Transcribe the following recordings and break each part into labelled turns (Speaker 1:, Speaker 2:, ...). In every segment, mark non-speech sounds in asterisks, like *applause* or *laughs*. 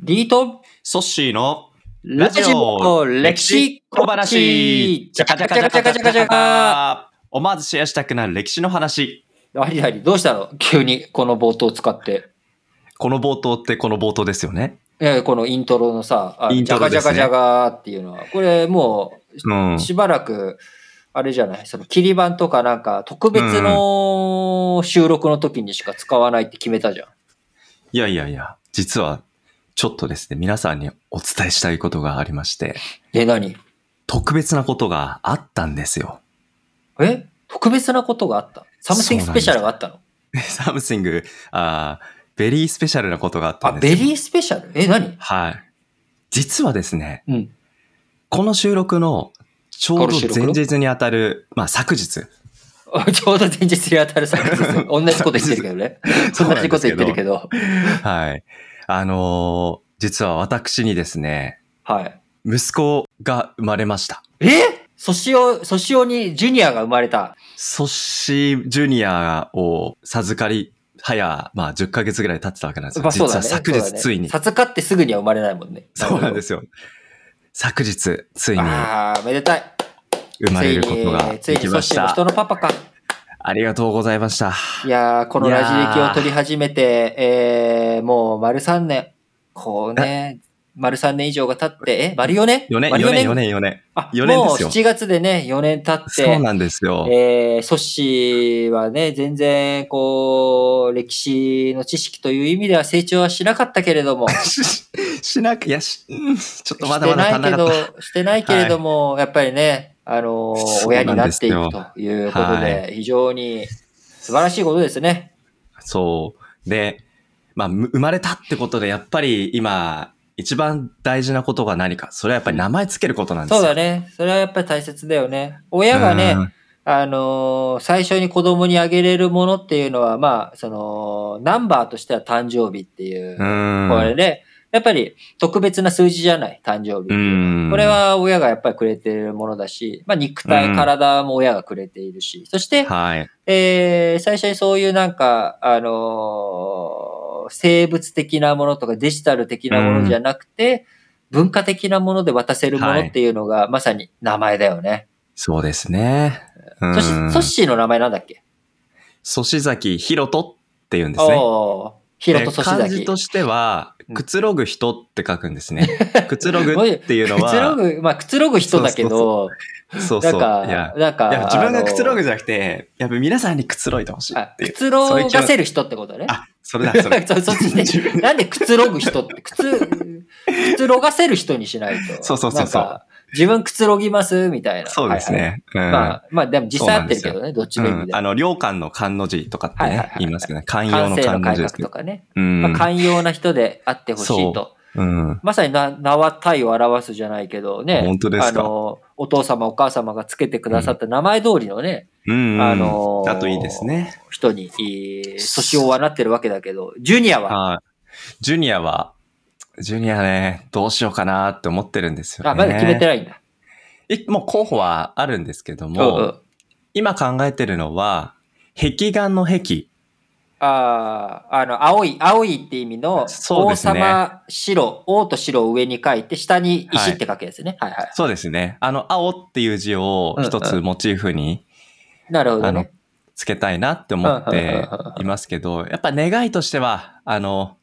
Speaker 1: リート
Speaker 2: ソッシーの
Speaker 1: ラジオ歴史小話
Speaker 2: じゃかじゃかじゃかじゃかじゃか思わずシェアしたくなる歴史の話。
Speaker 1: ありあり、どうしたの急にこの冒頭使って。
Speaker 2: この冒頭ってこの冒頭ですよね。
Speaker 1: えーこのイントロのさ、あ
Speaker 2: イン
Speaker 1: じゃ
Speaker 2: ト
Speaker 1: か
Speaker 2: ロ
Speaker 1: じ
Speaker 2: で
Speaker 1: ゃ
Speaker 2: す
Speaker 1: か
Speaker 2: ね
Speaker 1: じゃがっていうのは、これも
Speaker 2: うん
Speaker 1: う。しばらく、あれじゃない、その切り板とかなんか特別の収録の時にしか使わないって決めたじゃん。
Speaker 2: いやいやいや、実はちょっとですね、皆さんにお伝えしたいことがありまして、
Speaker 1: え、何
Speaker 2: 特別なことがあったんですよ。
Speaker 1: え特別なことがあったサムシング
Speaker 2: そ
Speaker 1: ス
Speaker 2: うなんで
Speaker 1: ペ
Speaker 2: す
Speaker 1: シャルがあったの
Speaker 2: サムシング、あーベリースペシャルなことがあった
Speaker 1: あ、
Speaker 2: んですよ。
Speaker 1: ベリースペシャルえ、何 *laughs*
Speaker 2: はい。実はですね、
Speaker 1: うん。
Speaker 2: この収録のちょうど前日にあたる、まあ昨日。
Speaker 1: あちょうど前日に当たる作品です。同じこと言ってるけどね。
Speaker 2: そう
Speaker 1: 同
Speaker 2: なん
Speaker 1: じ
Speaker 2: で
Speaker 1: こ
Speaker 2: す
Speaker 1: と言ってるけ
Speaker 2: ど。
Speaker 1: ど。
Speaker 2: はい。あのー実は私にですね、
Speaker 1: はい。
Speaker 2: 息子が生まれました。
Speaker 1: えソシオ、ソシオにジュニアが生まれた。
Speaker 2: ソッシージュニアを授かり、早、まあ10ヶ月ぐらい経ってたわけなんですよ。
Speaker 1: まあ
Speaker 2: 実
Speaker 1: そうだ
Speaker 2: は
Speaker 1: ね。
Speaker 2: 昨
Speaker 1: そう
Speaker 2: 日
Speaker 1: だね
Speaker 2: ついに。
Speaker 1: 授かってすぐには生まれないもんね。。
Speaker 2: そうなんですすよ。昨日ついに
Speaker 1: ああ、めでたい。
Speaker 2: 生まれることが
Speaker 1: つい
Speaker 2: で
Speaker 1: に、つい
Speaker 2: き
Speaker 1: にソ
Speaker 2: ま
Speaker 1: シ
Speaker 2: し
Speaker 1: オの
Speaker 2: た
Speaker 1: 人。のパパか。
Speaker 2: ありがとうございました。
Speaker 1: いやー、この
Speaker 2: いや
Speaker 1: ラ
Speaker 2: ー
Speaker 1: ジ歴を取り始めて、えー、もう丸3年。こうね、丸3年以上が経って、え、丸4年
Speaker 2: 4年、
Speaker 1: 丸
Speaker 2: 4年、4年、4年。
Speaker 1: あ、
Speaker 2: 四年
Speaker 1: もう
Speaker 2: です
Speaker 1: 7
Speaker 2: よ
Speaker 1: 月でね、4年経って。
Speaker 2: そうなんですよ。
Speaker 1: えー、ソッシーはね、全然、こう、歴史の知識という意味では成長はしなかったけれ
Speaker 2: *laughs*
Speaker 1: ども、し
Speaker 2: ししなく、いや、し、うんちょっとまだ
Speaker 1: て
Speaker 2: ま
Speaker 1: な
Speaker 2: だ
Speaker 1: い
Speaker 2: 足んな
Speaker 1: け
Speaker 2: か
Speaker 1: ど
Speaker 2: った。、
Speaker 1: してないけれども、やっぱりね、あのー
Speaker 2: そう
Speaker 1: 親
Speaker 2: な
Speaker 1: に
Speaker 2: ん
Speaker 1: な
Speaker 2: で
Speaker 1: って
Speaker 2: す
Speaker 1: い
Speaker 2: よ
Speaker 1: くということで、
Speaker 2: は
Speaker 1: 非常に素晴らしいことですね。
Speaker 2: そう。で、まあ、む生まれたってことで、やっぱり今、一番大事なことが何か、それはやっぱり名前つけることなんです
Speaker 1: そ
Speaker 2: よ。
Speaker 1: うだね。それはやっぱり大切だよね。親がね、
Speaker 2: うん
Speaker 1: あのー最初に子供にあげれるものっていうのは、まあ、その、ナンバーとしては誕生日っていう、
Speaker 2: うん。
Speaker 1: これで、やっぱり特別な数字じゃない、誕生日っていうの
Speaker 2: う
Speaker 1: は
Speaker 2: ん。
Speaker 1: これ、は親がやっぱりくれてるものだし、まあ、肉体、
Speaker 2: うん
Speaker 1: 体も親がくれているし、そして、
Speaker 2: はい。
Speaker 1: えー最初にそういうなんか、あのー生物的なものとかデジタル的なものじゃなくて、文化的なもので渡せるものっていうのが、まさに名前だよね。
Speaker 2: そうですね。うん
Speaker 1: そし、ソッシーの名前なんだっけ
Speaker 2: ソシザキヒロトって言うんですね。
Speaker 1: おー、ヒロとソシ
Speaker 2: で
Speaker 1: ザ
Speaker 2: 漢
Speaker 1: キ
Speaker 2: 字。としては、くつろぐ人って書くんで
Speaker 1: *laughs*
Speaker 2: すね。くつろぐっていうの
Speaker 1: くつろ
Speaker 2: は、
Speaker 1: ぐ、まあ、くつろぐ人だけど、
Speaker 2: そう
Speaker 1: なん
Speaker 2: そう。いや
Speaker 1: か、、なんか、
Speaker 2: いや自分がくつろ
Speaker 1: あの
Speaker 2: ぐじゃなくて、やっぱ皆さんにくつろいでほしい
Speaker 1: あ
Speaker 2: って
Speaker 1: く
Speaker 2: いう。
Speaker 1: つろがせる人ってことだね。
Speaker 2: あ、それだ、それ。
Speaker 1: *laughs* そうそっちで
Speaker 2: *laughs* 自分
Speaker 1: なんでくつろぐ人って、くつ、くつろがせる人にしないと。
Speaker 2: そうそうそうそう
Speaker 1: なんか自分くつろぎますみたいな。
Speaker 2: そうです
Speaker 1: はいはい。
Speaker 2: ね。うん
Speaker 1: まあ、まあでも実際合ってるけどね、どっち
Speaker 2: う
Speaker 1: も意味
Speaker 2: ん
Speaker 1: で。
Speaker 2: あの、領館の漢の字とかって
Speaker 1: はいはい
Speaker 2: ね
Speaker 1: は、い
Speaker 2: 言いますけどね。寛容
Speaker 1: 感
Speaker 2: の
Speaker 1: 性
Speaker 2: 漢
Speaker 1: の
Speaker 2: の
Speaker 1: 改
Speaker 2: 字
Speaker 1: 革
Speaker 2: ですけ
Speaker 1: と
Speaker 2: ど。
Speaker 1: かね。
Speaker 2: うん
Speaker 1: まあ、寛容な人であってほしいと。
Speaker 2: うん。
Speaker 1: まさにな名は体を表すじゃないけどね。
Speaker 2: 本当ですか
Speaker 1: あの、お父様お母様がつけてくださった名前通りのね、
Speaker 2: うん。
Speaker 1: あのー
Speaker 2: だといいですね。
Speaker 1: 人に、いい年をはなってるわけだけど、ジュニアは、
Speaker 2: はい。ジュニアは、ジュニアね、どうしようかなって思ってるんですよね。
Speaker 1: あ、まだ決めてないんだ。
Speaker 2: いもう候補はあるんですけど
Speaker 1: うんう
Speaker 2: も、
Speaker 1: ん。
Speaker 2: 今考えてるのは、壁眼の壁。
Speaker 1: ああ、あの、青い、青いって意味の、
Speaker 2: そう
Speaker 1: 王
Speaker 2: ですね
Speaker 1: 様、白、王と白を上に書いて、下に石って書くやつね。はい、はい、
Speaker 2: そうですね。あの、青っていう字を一
Speaker 1: うん
Speaker 2: つ
Speaker 1: う
Speaker 2: モチーフに
Speaker 1: なるほど
Speaker 2: あの
Speaker 1: ね。
Speaker 2: つけたいなって思っていますけど、やっぱ願いとしては、あの、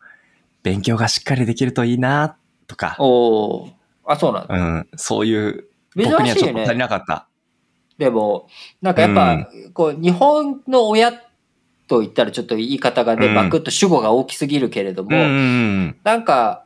Speaker 2: 勉強がしっかりできるといいなとか、
Speaker 1: おーあ、そうなんだ。
Speaker 2: うん、そういう、僕に
Speaker 1: 珍
Speaker 2: は
Speaker 1: しい
Speaker 2: ちょ
Speaker 1: よ
Speaker 2: っと足り
Speaker 1: ね。
Speaker 2: なかった。
Speaker 1: でも、なんかやっぱ、こう、日本の親と言ったらちょっと言い方がね、
Speaker 2: うん
Speaker 1: バクッと主語が大きすぎるけれども、
Speaker 2: うんうん
Speaker 1: なんか、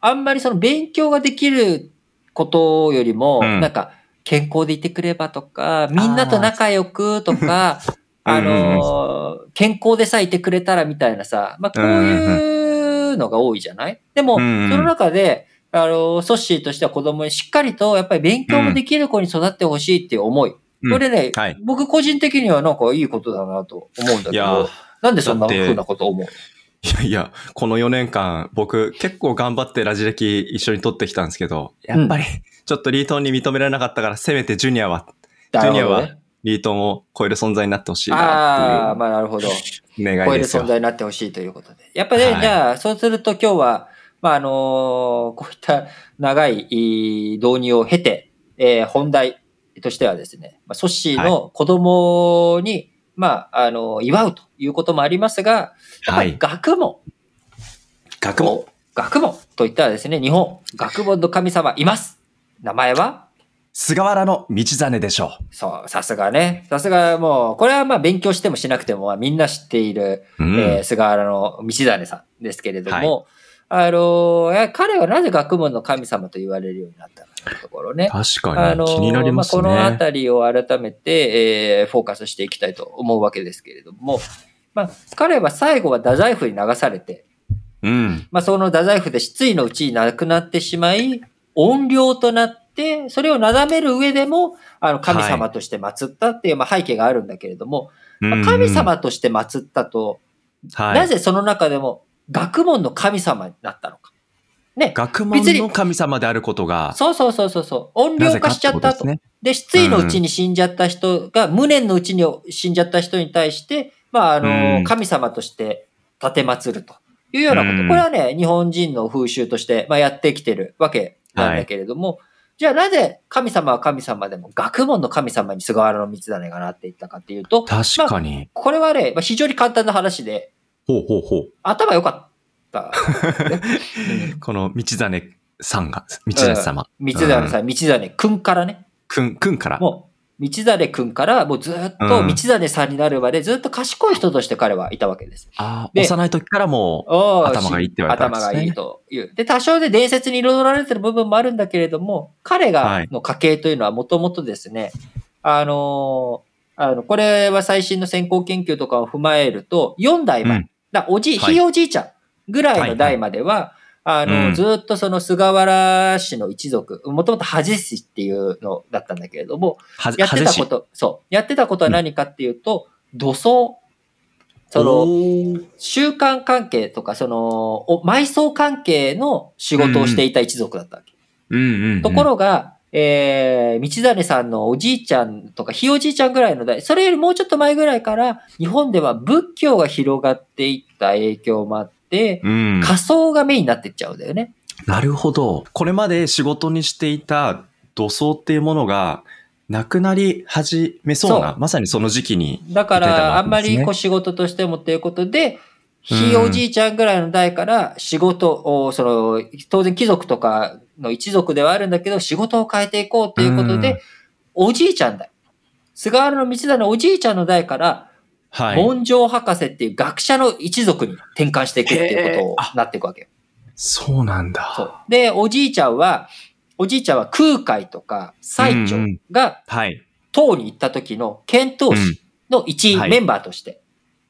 Speaker 1: あんまりその勉強ができることよりも、
Speaker 2: うん
Speaker 1: なんか、健康でいてくればとか、みんなと仲良くとか、
Speaker 2: あー
Speaker 1: *laughs* あのー健康でさえいてくれたらみたいなさ、まあこういうのが多いじゃないでも、
Speaker 2: う
Speaker 1: そ
Speaker 2: んうん
Speaker 1: の中で、あのーソッシーとしては子供にしっかりとやっぱり勉強もできる子に育ってほしいっていう思い。
Speaker 2: うん
Speaker 1: これね、
Speaker 2: はい
Speaker 1: 僕個人的にはなんかいいことだなと思うんだ
Speaker 2: い
Speaker 1: け
Speaker 2: や
Speaker 1: ど、なんでそんな
Speaker 2: だって
Speaker 1: 風なこと思う
Speaker 2: いやいや、この4年間、僕結構頑張ってラジ歴一緒に取ってきたんですけど、やっぱり、ちょっとリートンに認められなかったから、せめてジュニアは、
Speaker 1: だ
Speaker 2: ジ
Speaker 1: ろ
Speaker 2: ュ
Speaker 1: うね
Speaker 2: ニアはリートンを超える存在になってほしい
Speaker 1: ああ
Speaker 2: な
Speaker 1: ー、まあなるほど。
Speaker 2: っていう願
Speaker 1: 超え
Speaker 2: いで
Speaker 1: る
Speaker 2: すよ
Speaker 1: 存。在になってほしいということで。やっぱり、ね
Speaker 2: はい
Speaker 1: じゃあ、そうすると今日は、まあ、あのこういった長いいい導入を経て、えー本題としてはですね、まあ、ソッシーの子供に、まあ、あの祝うということもありますが、やっぱ
Speaker 2: は
Speaker 1: り
Speaker 2: い。
Speaker 1: 学問、
Speaker 2: 学問。
Speaker 1: 学問といったらですね、日本、学問の神様います。名前は
Speaker 2: 菅原の道真でしょ
Speaker 1: そう、さすがね。さすがもう、これはまあ勉強してもしなくても、まあみんな知っている、
Speaker 2: う。うん。
Speaker 1: えー菅原の道真さんですけれども、あのーいや彼はなぜ学問の神様と言われるようになったのかというところね。
Speaker 2: 確か
Speaker 1: あ
Speaker 2: に
Speaker 1: のー
Speaker 2: 気になりますね。
Speaker 1: まあ、このあたりを改めて、えーフォーカスしていきたいと思うわけですけれども、まあ、彼は最後は太宰府に流されて、
Speaker 2: うん。
Speaker 1: まあ、その太宰府で失意のうちに亡くなってしまい、怨霊となって、それをなだめる上でも、あの、神様として祀ったっていう、まあ、背景があるんだけれども、まあ神様として祀ったと、
Speaker 2: うん、はい、
Speaker 1: なぜその中でも学問の神様になったのか。ね。
Speaker 2: 学問の神様であることが、
Speaker 1: そうそうそうそうそう。怨
Speaker 2: な
Speaker 1: 霊
Speaker 2: ぜ
Speaker 1: 化
Speaker 2: か
Speaker 1: し
Speaker 2: っ
Speaker 1: ち
Speaker 2: て
Speaker 1: ゃっ
Speaker 2: こと
Speaker 1: た
Speaker 2: で
Speaker 1: と。
Speaker 2: すね。
Speaker 1: で、失意のうちに死んじゃった人が、無念のうちに死んじゃった人に対して、まあ、あの、
Speaker 2: うん
Speaker 1: 神様として立てまつるというようなこ
Speaker 2: う
Speaker 1: と。
Speaker 2: ん
Speaker 1: これはね、日本人の風習として、まあ、やってきてるわけなんだけれども、じゃあなぜ神様は神様でも学問の神様に菅原道真がなっていったかっていうと、
Speaker 2: 確かに。
Speaker 1: これはね、まあ、非常に簡単な話で、
Speaker 2: ほうほうほう。
Speaker 1: 頭良かった。
Speaker 2: この道真さんが、道真様。
Speaker 1: 道真さん、道真くんからね。
Speaker 2: くん、くんから。
Speaker 1: もう、道真くんから、もうずっと
Speaker 2: うん
Speaker 1: 道真さんになるまで、ずっと賢い人として彼はいたわけです。
Speaker 2: ああ、
Speaker 1: で
Speaker 2: 幼い時からも
Speaker 1: おー
Speaker 2: 頭がいいって言われたんですね
Speaker 1: 頭がいいという。で、多少で伝説に彩られてる部分もあるんだけれども、彼
Speaker 2: は
Speaker 1: が
Speaker 2: い
Speaker 1: の家系というのはもともとですね、あのーあの、これは最新の先行研究とかを踏まえると、4代まで、
Speaker 2: うん
Speaker 1: だからおじい、
Speaker 2: はい
Speaker 1: ひいおじいちゃんぐらいの代までは、あの、
Speaker 2: うん
Speaker 1: ずーっとその菅原氏の一族、もともと恥氏っていうのだったんだけれども、
Speaker 2: は、
Speaker 1: やって
Speaker 2: 外
Speaker 1: た
Speaker 2: し
Speaker 1: こと、そう。やってたことは何かっていうと、土葬。そ
Speaker 2: お
Speaker 1: の、
Speaker 2: ー
Speaker 1: 習慣関係とか、その、お埋葬関係の仕事をしていた一族だったわけ。
Speaker 2: うんうんうん
Speaker 1: ところが、えー、道真さんのおじいちゃんとか、ひいおじいちゃんぐらいの代、それよりもうちょっと前ぐらいから、日本では仏教が広がっていった影響もあって、
Speaker 2: うん、
Speaker 1: 仮想がメインになってっちゃうんだよね。
Speaker 2: なるほど。これまで仕事にしていた土葬っていうものが、なくなり始めそうな、
Speaker 1: そ
Speaker 2: まさにその時期に。
Speaker 1: だか
Speaker 2: 出てた
Speaker 1: ら、あ
Speaker 2: わ
Speaker 1: ん
Speaker 2: け
Speaker 1: ま
Speaker 2: ですね
Speaker 1: りこう仕事としてもっていうことで、
Speaker 2: うん
Speaker 1: ひいおじいちゃんぐらいの代から仕事を、その、当然貴族とかの一族ではあるんだけど、仕事を変えていこうということで、おじいちゃんだ。菅原道真のおじいちゃんの代から、
Speaker 2: はい。
Speaker 1: 文章博士っていう学者の一族に転換していくっていうこと
Speaker 2: へ
Speaker 1: になっていくわけよ。
Speaker 2: そうなんだ。
Speaker 1: そうで、おじいちゃんは、おじいちゃんは空海とか最
Speaker 2: うんう
Speaker 1: 澄
Speaker 2: ん
Speaker 1: が
Speaker 2: はい。
Speaker 1: 唐に行った時の遣唐使の一員
Speaker 2: うんはい
Speaker 1: メンバーとして、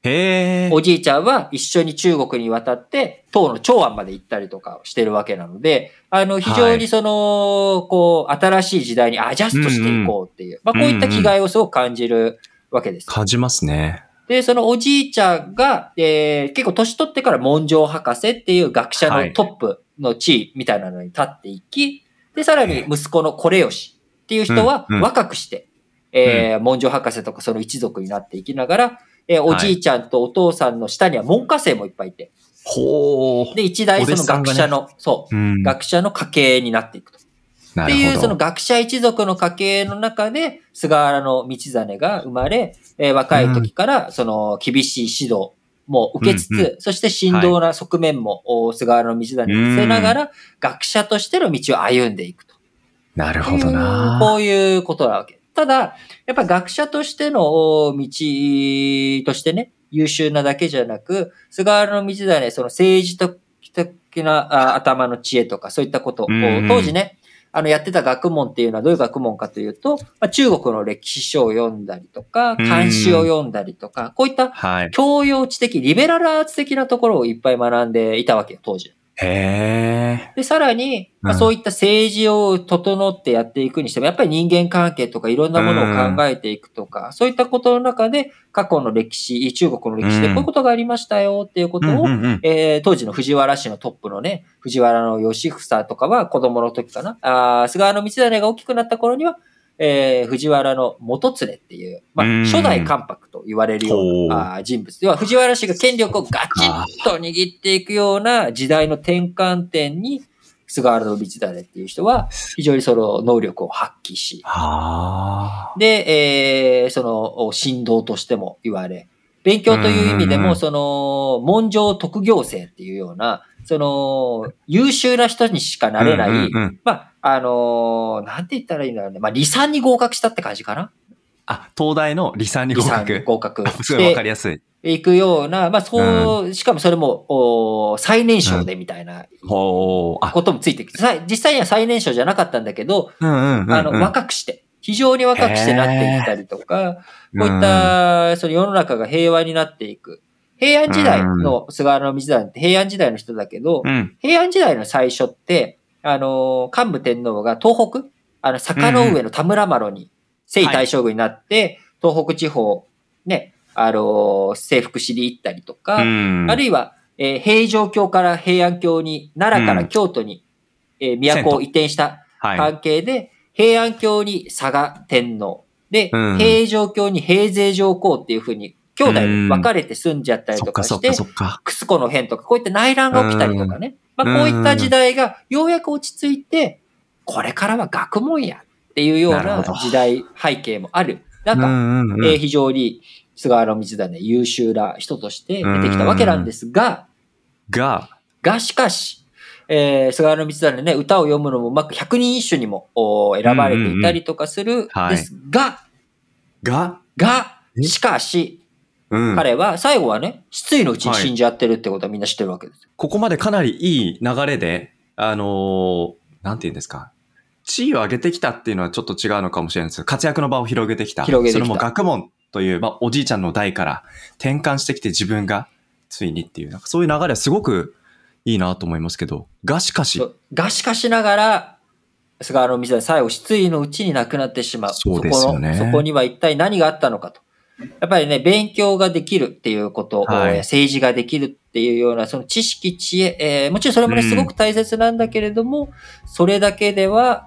Speaker 2: へえ。
Speaker 1: おじいちゃんは一緒に中国に渡って、唐の長安まで行ったりとかをしてるわけなので、あの、非常にその、こう、新しい時代にアジャストしていこうっていう、まあ、こういった気概をすごく感じるわけです。
Speaker 2: 感じますね。
Speaker 1: で、そのおじいちゃんが、えー結構年取ってから文章博士っていう学者
Speaker 2: は
Speaker 1: の
Speaker 2: い
Speaker 1: トップの地位みたいなのに立っていき、で、さらに息子のコレヨシっていう人は
Speaker 2: うんうん
Speaker 1: 若くして、えー文章博士とかその一族になっていきながら、えーおじいちゃんとお父さんの下には文科生もいっぱいいて、
Speaker 2: ほう。
Speaker 1: で、一代その学者の、そうう、
Speaker 2: ん、
Speaker 1: 学者の家系になっていくと。
Speaker 2: っ
Speaker 1: っていう、その、学者一族の家系の中で、菅原道真が生まれ、えー若い時から、その、厳しい指導も受けつつ、
Speaker 2: うん
Speaker 1: そして振動な側面も、お菅原道真に見せながら、学者としての道を歩んでいくと。
Speaker 2: なるほどな。
Speaker 1: こういうことなわけ。ただ、やっぱ学者としてのお道としてね、優秀なだけじゃなく、菅原道真、その政治的なあ頭の知恵とか、そういったことを、
Speaker 2: うんうん
Speaker 1: 当時ね、あの、やってた学問っていうのはどういう学問かというと、まあ、中国の歴史書を読んだりとか、漢詩を読んだりとか、こういった
Speaker 2: はい。
Speaker 1: 教養知的、リベラルアーツ的なところをいっぱい学んでいたわけよ、当時。
Speaker 2: へえ。
Speaker 1: で、さらに、まあ、
Speaker 2: うん
Speaker 1: そういった政治を整ってやっていくにしても、やっぱり人間関係とかいろんなものを考えていくとか、そういったことの中で、過去の歴史、中国の歴史でこ
Speaker 2: うん
Speaker 1: ういうことがありましたよっていうことを、
Speaker 2: うんうん
Speaker 1: えー当時の藤原氏のトップのね、藤原の義房とかは子供の時かな。あー菅原道真が大きくなった頃には、えー藤原の元常っていう、まあ、
Speaker 2: うん
Speaker 1: 初代関白と言われるよう
Speaker 2: ほう
Speaker 1: なあー人物。要は藤原氏が権力をガチッと握っていくような時代の転換点に、菅原道真っていう人は、非常にその能力を発揮し、
Speaker 2: あ
Speaker 1: で、えーその、神道としても言われ、勉強という意味で
Speaker 2: うんうんう
Speaker 1: も、
Speaker 2: ん
Speaker 1: その、文章特行生っていうような、その、優秀な人にしか
Speaker 2: あ
Speaker 1: なれない、
Speaker 2: うんうんうん
Speaker 1: まあ、あのーなんて言ったらいいんだろうね。まあ、理算に合格したって感じかな。
Speaker 2: あ、東大の理算に合
Speaker 1: 理算に
Speaker 2: 格。
Speaker 1: 合格
Speaker 2: *laughs* す
Speaker 1: し
Speaker 2: ごいわかり
Speaker 1: て
Speaker 2: やすい。
Speaker 1: いくような、まあ、そう、しかもそれも、おー最年少でみたいな
Speaker 2: ほう。あ、
Speaker 1: こともついてきて、さい実際には最年少じゃなかったんだけど、
Speaker 2: うんうんうんうん。
Speaker 1: あの、若くして、非常に若くしてなっていったりとか、こういっ
Speaker 2: うん、
Speaker 1: た、その世の中が平和になっていく。平安時代の菅原道真って平安時代の人だけど、
Speaker 2: うん。
Speaker 1: 平安時代の最初って、あの、桓武天皇が東北、あの、坂の上の田村麻呂に征夷大将軍になって、東北地方、ね、あの、征服しに行ったりとか、
Speaker 2: うん。
Speaker 1: あるいは、えー平城京から平安京に、奈良か
Speaker 2: う
Speaker 1: ら
Speaker 2: ん
Speaker 1: 京都に、えー都を移転した
Speaker 2: はい。
Speaker 1: 関係で、平安京に佐賀天皇、で、
Speaker 2: うん
Speaker 1: 平城京に平勢上皇っていうふうに、兄弟に分かれて住んじゃったり
Speaker 2: そ
Speaker 1: と
Speaker 2: っか
Speaker 1: か
Speaker 2: そ
Speaker 1: し、
Speaker 2: ってかそっか。
Speaker 1: クスコの変とか、こういった内乱が起きたりとかね。
Speaker 2: ん
Speaker 1: まあ、こういった
Speaker 2: うん
Speaker 1: 時代がようやく落ち着いて、これからは学問やっていうよう
Speaker 2: なる
Speaker 1: な
Speaker 2: ほど
Speaker 1: 時代背景もある。なん
Speaker 2: う
Speaker 1: か、
Speaker 2: んうんうん
Speaker 1: えー非常に菅原道真優秀な人として出てきたわけなんですが、
Speaker 2: が、
Speaker 1: が、しかし、えー、菅原道真ね、歌を読むのもうまく百人一首にもおー選ばれていたりとかする
Speaker 2: うんうん
Speaker 1: ですが、
Speaker 2: が、
Speaker 1: が、
Speaker 2: え
Speaker 1: しかし、
Speaker 2: うん。
Speaker 1: 彼は最後はね、失意のうちに死んじゃってるってことはみんな知ってるわけですよ。
Speaker 2: ここまでかなりいい流れで、あのーなんて言うんですか。地位を上げてきたっていうのはちょっと違うのかもしれないですけど、活躍の場を広げてきた。
Speaker 1: 広げてきた
Speaker 2: それも学問という、まあ、おじいちゃんの代から転換してきて自分がついにっていう、なんかそういう流れはすごくいいなと思いますけど、がしかし、
Speaker 1: そうが、しかしながら、菅原道真最後失意のうちに亡くなってしまう。
Speaker 2: そうですよね
Speaker 1: そこのそこには一体何があったのかと。やっぱりね、勉強ができるっていうこと、
Speaker 2: はい
Speaker 1: 政治ができるっていうような、その知識、知恵、えーもちろんそれもね、
Speaker 2: うん
Speaker 1: すごく大切なんだけれども、それだけでは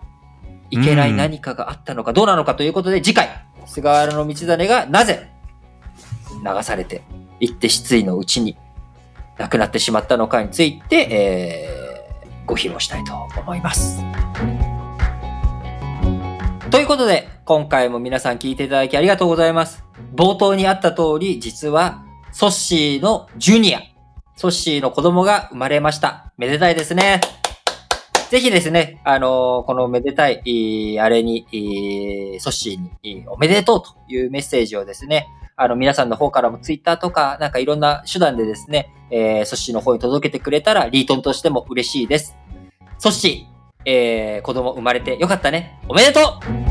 Speaker 1: いけな
Speaker 2: う
Speaker 1: い
Speaker 2: ん
Speaker 1: 何かがあったのか、どうなのかということで、次回、菅原道真がなぜ流されて、行って失意のうちに亡くなってしまったのかについて、えーご披露したいと思います。ということで、今回も皆さん聞いていただきありがとうございます。冒頭にあった通り、実は、ソッシーのジュニア、ソッシーの子供が生まれました。めでたいですね。ぜひですね、あのーこのめでたい、いいあれに、いいソッシーに、いいおめでとうというメッセージをですね、あの、皆さんの方からもツイッターとか、なんかいろんな手段でですね、えー、ソッシーの方に届けてくれたら、リートンとしても嬉しいです。ソッシー、えー、子供生まれてよかったね。おめでとう